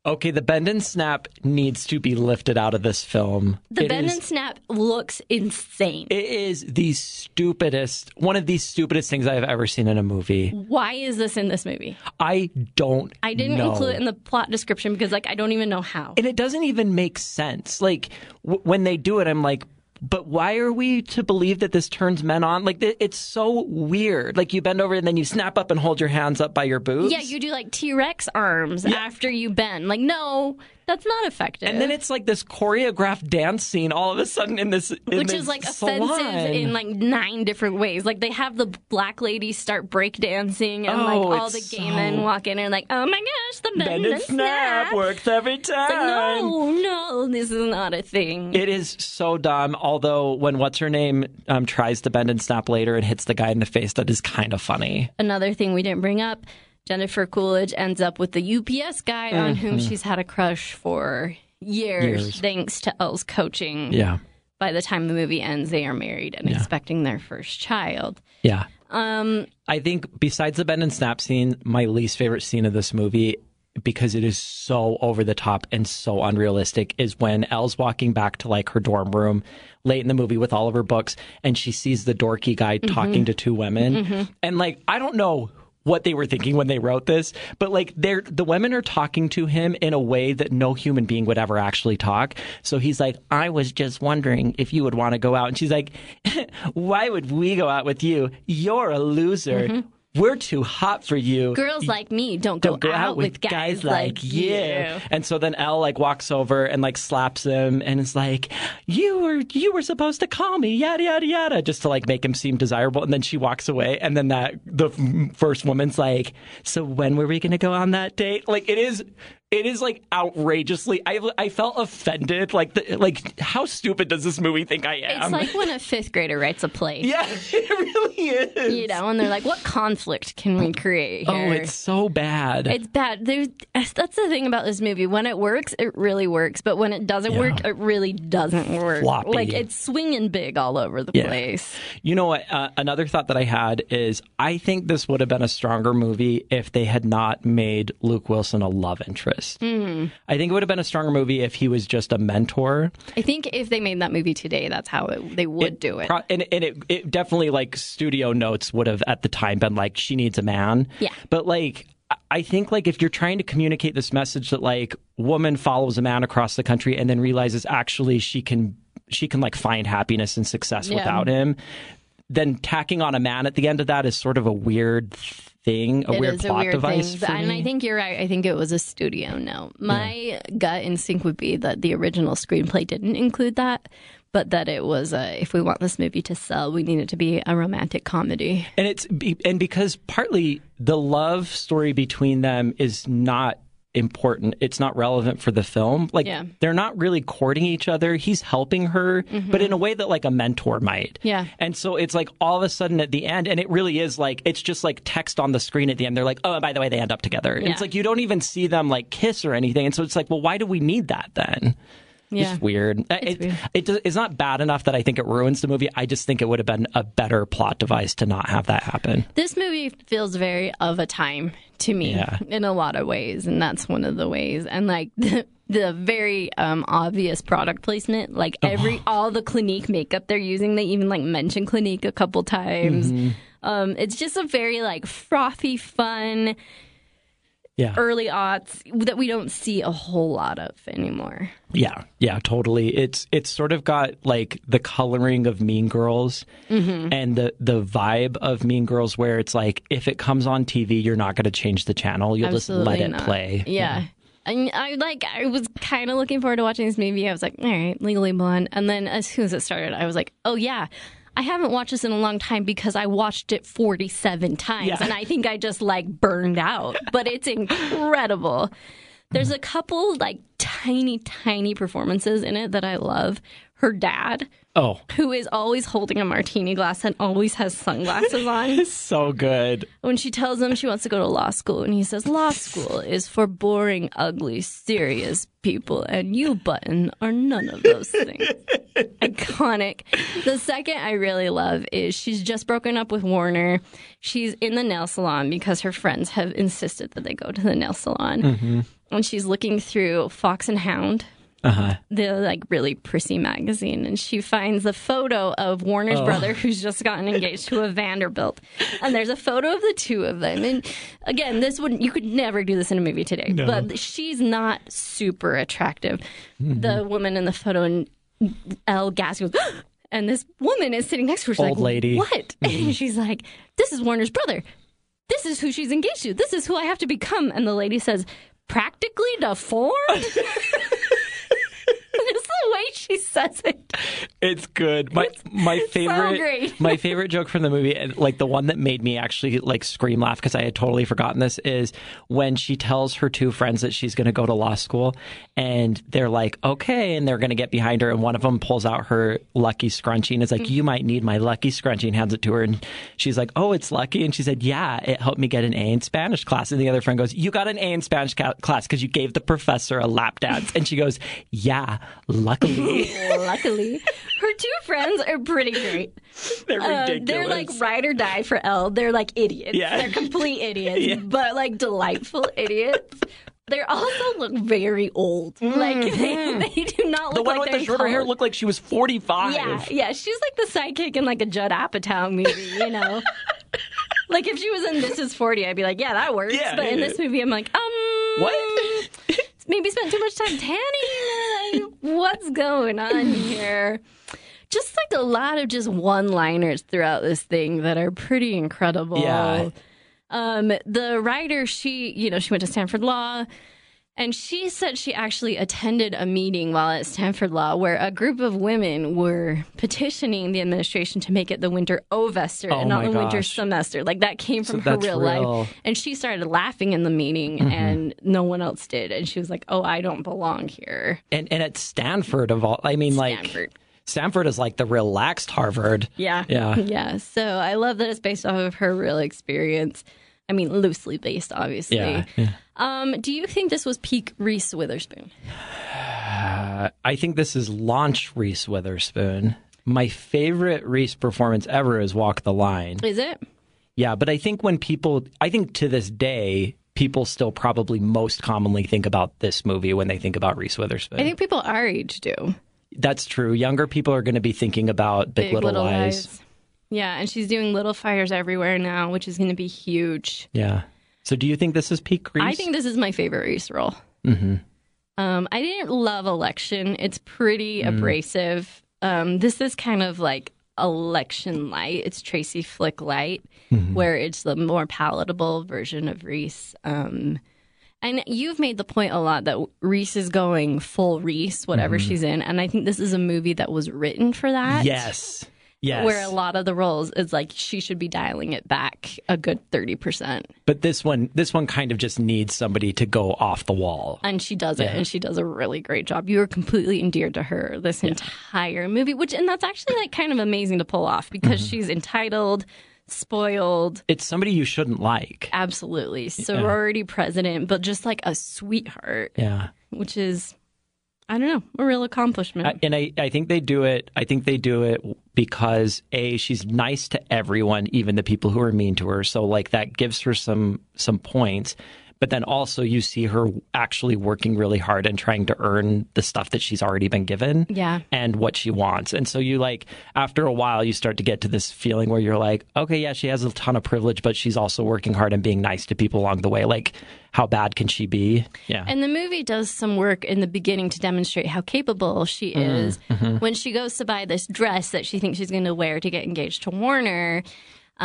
B: Okay, the bend and snap needs to be lifted out of this film.
A: The
B: It
A: bend
B: is-
A: and snap looks insane.
B: it is the stupidest, one of the stupidest things I've ever seen in a movie.
A: Why is this in this movie?
B: I don't.
A: Mm. I didn't
B: know.
A: include it in the plot description because like I don't even know how.
B: and it doesn't even make sense. Like w- when they do it, I'm like, but why are we to believe that this turns men on? Like th- it's so weird. Like you bend over and then you snap up and hold your hands up by your boobs.
A: Yeah, you do like T Rex arms after you bend. Like, no, that's not effective.
B: And then it's like this choreographed dance scene all of a sudden in this, in
A: which
B: this
A: is like
B: salon.
A: offensive in like nine different ways. Like they have the black lady start breakdancing, and like
B: Oh,
A: all the
B: it's
A: gay men
B: so-
A: walk in and like, oh my gosh, the bend,
B: Bend and snap works every time.
A: Like, no, no, this is not a thing.
B: It is so dumb. Although when what's her name um, tries to bend and snap later and hits the guy in the face, that is kind of funny.
A: Another thing we didn't bring up. Jennifer Coolidge ends up with the UPS guy on whom she's had a crush for years,
B: Mm-hmm. Years.
A: thanks to Elle's coaching.
B: Yeah,
A: by the time the movie ends, they are married and expecting their first child.
B: Yeah. Um, I think besides the bend and snap scene, my least favorite scene of this movie, because it is so over the top and so unrealistic, is when Elle's walking back to like her dorm room late in the movie with all of her books, and she sees the dorky guy talking to two women, and like I don't know what they were thinking when they wrote this, but like they're the women are talking to him in a way that no human being would ever actually talk. So he's like, I was just wondering if you would want to go out. And she's like, Why would we go out with you? You're a loser. We're too hot for you.
A: Girls like me don't go,
B: Don't go out, with guys, like, you. And so then Elle like walks over and like slaps him and is like, "You were you were supposed to call me yada yada yada," just to like make him seem desirable. And then she walks away. And then that the f- first woman's like, "So when were we going to go on that date?" Like it is it is like outrageously. I I felt offended. Like the, like how stupid does this movie think I am?
A: It's like when a fifth grader writes a play.
B: yeah, it really is.
A: You know, and they're like, what conflict can we create
B: oh,
A: here?
B: it's so bad.
A: It's bad. There's, that's the thing about this movie. When it works, it really works. But when it doesn't work, it really doesn't work.
B: Floppy.
A: Like it's swinging big all over the
B: Yeah.
A: place.
B: You know what? Uh, another thought that I had is I think this would have been a stronger movie if they had not made Luke Wilson a love interest. I think it would have been a stronger movie if he was just a mentor.
A: I think if they made that movie today, that's how it, they would do it.
B: Pro- and and it, it definitely, like, studio notes would have at the time been like, she needs a man.
A: Yeah.
B: But, like, I- I think like if you're trying to communicate this message that like woman follows a man across the country and then realizes actually she can she can like find happiness and success
A: Yeah.
B: without him, then tacking on a man at the end of that is sort of a weird thing, a
A: It
B: weird
A: is
B: plot device.
A: But-
B: for
A: and
B: me.
A: I think you're right. I think it was a studio note. My gut instinct would be that the original screenplay didn't include that, but that it was a, if we want this movie to sell, we need it to be a romantic comedy.
B: and it's be- and because partly the love story between them is not important it's not relevant for the film like
A: Yeah.
B: they're not really courting each other he's helping her but in a way that like a mentor might
A: Mm-hmm. Yeah.
B: and so it's like all of a sudden at the end and it really is like it's just like text on the screen at the end they're like oh and by the way they end up together and
A: Yeah.
B: it's like you don't even see them like kiss or anything and so it's like well why do we need that then
A: Yeah.
B: it's weird. it,
A: weird.
B: It, does- it's not bad enough that I think it ruins the movie. I just think it would have been a better plot device to not have that happen.
A: This movie feels very of a time to me
B: Yeah.
A: in a lot of ways, and that's one of the ways. And like the, the very um, obvious product placement, like every all the Clinique makeup they're using, they even like mention Clinique a couple times. Um, it's just a very like frothy, fun
B: Yeah.
A: early aughts that we don't see a whole lot of anymore.
B: yeah. Yeah, totally. It's it's sort of got like the coloring of Mean Girls
A: Mm-hmm.
B: and the the vibe of Mean Girls where it's like if it comes on TV, you're not going to change the channel. You'll
A: Absolutely
B: just let it
A: not.
B: play.
A: Yeah. And I like I was kind of looking forward to watching this movie. I was like, all right, Legally Blonde. And then as soon as it started, I was like, oh yeah, I haven't watched this in a long time because I watched it 47 times
B: Yeah.
A: and I think I just like burned out. But it's incredible. There's a couple like tiny tiny performances in it that I love. Her dad,
B: Oh,
A: who is always holding a martini glass and always has sunglasses on
B: so good.
A: when she tells him she wants to go to law school and he says law school is for boring ugly serious people and you button are none of those things iconic the second i really love is she's just broken up with warner she's in the nail salon because her friends have insisted that they go to the nail salon and she's looking through fox and hound the like really prissy magazine and she finds the photo of Warner's
B: Oh.
A: brother who's just gotten engaged to a Vanderbilt. And there's a photo of the two of them. And again, this would you could never do this in a movie today. But she's not super attractive.
B: Mm-hmm.
A: The woman in the photo and Elle Gas goes and this woman is sitting next to her. She's
B: Old
A: like,
B: lady. Mm-hmm.
A: What? And she's like, This is Warner's brother. This is who she's engaged to. This is who I have to become. And the lady says, Practically deformed? It's the way she says it.
B: It's good. My my favorite
A: great.
B: my favorite joke from the movie, and like the one that made me actually like scream laugh because I had totally forgotten this is when she tells her two friends that she's going to go to law school, and they're like, okay, and they're going to get behind her, and one of them pulls out her lucky scrunchie and is like, you might need my lucky scrunchie, and hands it to her, and she's like, oh, it's lucky, and she said, yeah, it helped me get an A in Spanish class, and the other friend goes, you got an A in Spanish ca- class because you gave the professor a lap dance, and she goes, yeah, luckily.
A: Luckily, her two friends are pretty great.
B: They're
A: Uh,
B: ridiculous.
A: they're like ride or die for L. They're like idiots.
B: Yeah.
A: They're complete idiots, but like delightful idiots. They also look very old. Like they, they do not look
B: Mm-hmm. the one
A: like
B: with the
A: they're
B: shorter hair
A: college-
B: looked like she was 45.
A: Yeah, yeah. She's like the sidekick in like a Judd Apatow movie, you know. like if she was in This Is Forty, I'd be like, yeah, that works.
B: Yeah,
A: but in
B: yeah.
A: this movie, I'm like, um,
B: What?
A: maybe spent too much time tanning. Like, What's going on here? Just like a lot of just one liners throughout this thing that are pretty incredible.
B: Yeah.
A: Um, the writer, she, you know, she went to Stanford Law. And she said she actually attended a meeting while at Stanford Law where a group of women were petitioning the administration to make it the winter ovester
B: Oh
A: and not
B: my
A: the winter
B: gosh.
A: semester. Like that came
B: So
A: from her
B: that's
A: real,
B: real. Mm-hmm.
A: life. And she started laughing in the meeting and no one else did. And she was like, oh, I don't belong here.
B: and and at Stanford of all, I mean,
A: Stanford.
B: like Stanford is like the relaxed Harvard.
A: Yeah.
B: Yeah.
A: Yeah. So I love that it's based off of her real experience. I mean, loosely based, obviously.
B: Yeah.
A: Um, do you think this was peak Reese Witherspoon?
B: I think this is launch Reese Witherspoon. My favorite Reese performance ever is Walk the Line.
A: Is it?
B: Yeah, but I think when people, I think to this day, people still probably most commonly think about this movie when they think about Reese Witherspoon.
A: I think people our age do.
B: That's true. Younger people are going to be thinking about Big, Little, Lies.
A: Yeah, and she's doing little fires everywhere now, which is going to be huge.
B: Yeah. So do you think this is peak Reese?
A: I think this is my favorite Reese role. Mm-hmm. Um, I didn't love Election. It's pretty abrasive. Um, this is kind of like Election light. It's Tracy Flick light, where it's the more palatable version of Reese. Um, and you've made the point a lot that Reese is going full Reese, whatever she's in. And I think this is a movie that was written for that.
B: yes. Yes.
A: where a lot of the roles is like she should be dialing it back a good 30%
B: but this one, this one kind of just needs somebody to go off the wall.
A: and she does it and she does a really great job you are completely endeared to her this entire movie which and that's actually like kind of amazing to pull off because she's entitled spoiled
B: It's somebody you shouldn't like.
A: absolutely sorority president but just like a sweetheart
B: Yeah.
A: which is i don't know a real accomplishment
B: I- and I, I think they do it i think they do it because a she's nice to everyone even the people who are mean to her so like that gives her some some points but then also you see her actually working really hard and trying to earn the stuff that she's already been given
A: Yeah.
B: and what she wants and so you like after a while you start to get to this feeling where you're like okay yeah she has a ton of privilege but she's also working hard and being nice to people along the way like how bad can she be yeah
A: And the movie does some work in the beginning to demonstrate how capable she is. When she goes to buy this dress that she thinks she's going to wear to get engaged to Warner,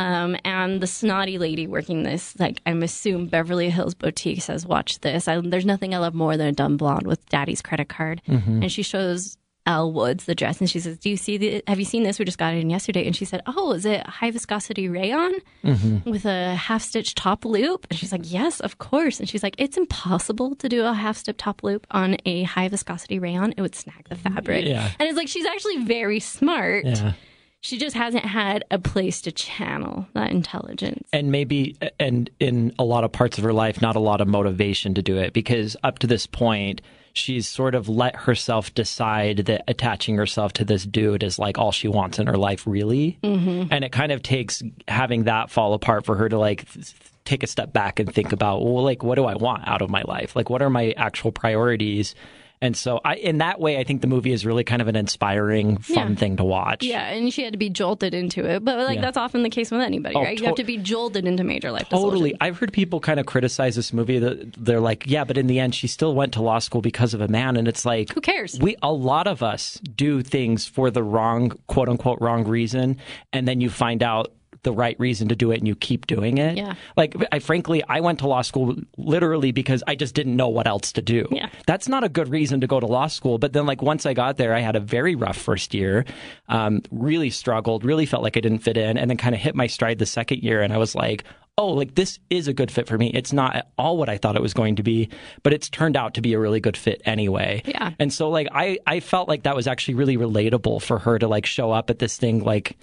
A: um, and the snotty lady working this, like I'm assume Beverly Hills Boutique says, "Watch this. I, there's nothing I love more than a dumb blonde with daddy's credit card." And she shows Elle Woods the dress, and she says, "Do you see the? Have you seen this? We just got it in yesterday." And she said, "Oh, is it high viscosity rayon?" with a half stitch top loop? And she's like, Yes, of course. And she's like, It's impossible to do a half stitch top loop on a high viscosity rayon. It would snag the fabric.
B: Yeah.
A: And it's like, she's actually very smart.
B: yeah
A: She just hasn't had a place to channel that intelligence.
B: and maybe and in a lot of parts of her life not a lot of motivation to do it because up to this point she's sort of let herself decide that attaching herself to this dude is like all she wants in her life really
A: Mm-hmm.
B: and it kind of takes having that fall apart for her to like th- take a step back and think about well like what do i want out of my life like what are my actual priorities and so i in that way i think the movie is really kind of an inspiring fun
A: Yeah.
B: thing to watch
A: Yeah, and she had to be jolted into it. But like
B: Yeah.
A: that's often the case with anybody,
B: Oh,
A: right? you have
B: to-
A: to be jolted into major life
B: Totally.
A: decisions.
B: I've heard people kind of criticize this movie that they're like, yeah, but in the end she still went to law school because of a man and it's like
A: Who cares?
B: We a lot of us do things for the wrong quote unquote wrong reason and then you find out the right reason to do it and you keep doing it.
A: Yeah.
B: Like I frankly I went to law school literally because I just didn't know what else to do.
A: Yeah.
B: That's not a good reason to go to law school. But then like once I got there I had a very rough first year. Um, really struggled, really felt like I didn't fit in and then kind of hit my stride the second year and I was like Oh, like this is a good fit for me. It's not at all what I thought it was going to be, but it's turned out to be a really good fit anyway.
A: Yeah.
B: And so like I I felt like that was actually really relatable for her to like show up at this thing like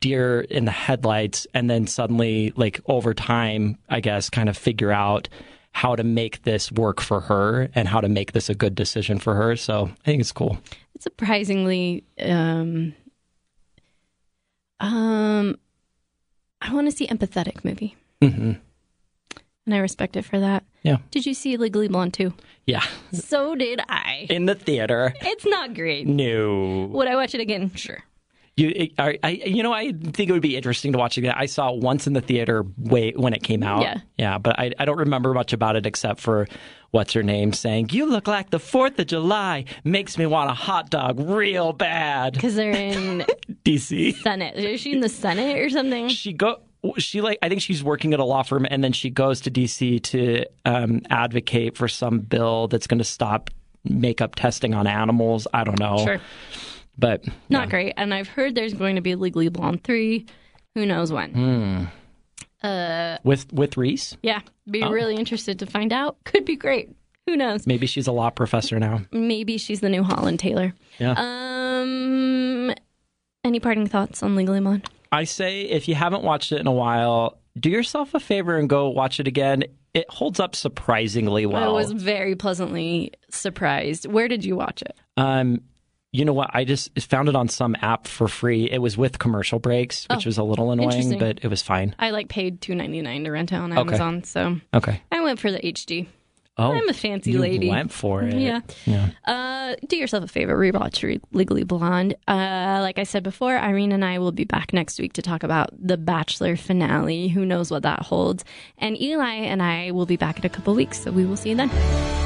B: deer in the headlights and then suddenly like over time I guess kind of figure out how to make this work for her and how to make this a good decision for her. So I think it's cool.
A: It's surprisingly um um I want to see empathetic movie. Mm-hmm. And I respect it for that.
B: Yeah.
A: Did you see Legally Blonde too?
B: Yeah.
A: So did I.
B: In the theater.
A: It's not great.
B: No.
A: Would I watch it again? Sure.
B: You, it- I, I, you know, I think it would be interesting to watch it. again. I saw it once in the theater way when it came out.
A: Yeah.
B: but I, I don't remember much about it except for what's her name saying, "You look like the Fourth of July makes me want a hot dog real bad."
A: Because they're in
B: DC.
A: Senate. Is she in the Senate or something?
B: She go. she like I think she's working at a law firm, and then she goes to DC to um, advocate for some bill that's going to stop makeup testing on animals. I don't know,
A: Sure.
B: but
A: Not great. And I've heard there's going to be Legally Blonde 3. Who knows when?
B: with with Reese,
A: Yeah. Be really interested to find out. Could be great. Who knows?
B: maybe she's a law professor now.
A: Maybe she's the new Holland Taylor.
B: Yeah.
A: Um any parting thoughts on Legally Blonde?
B: I say if you haven't watched it in a while, do yourself a favor and go watch it again. It holds up surprisingly
A: I
B: well.
A: was very pleasantly surprised. Where did you watch it?
B: Um, you know what? I just found it on some app for free. It was with commercial breaks, which was a little annoying,
A: Oh, interesting.
B: but it was fine.
A: I like paid two ninety nine to rent it on Amazon, so
B: Okay.
A: I went for the HD.
B: Oh,
A: I'm a fancy
B: you
A: lady.
B: went for it.
A: Yeah. Uh, do yourself a favor, rewatch Re- Legally Blonde. Uh, like I said before, Irene and I will be back next week to talk about the Bachelor finale. Who knows what that holds? And Eli and I will be back in a couple weeks, so we will see you then.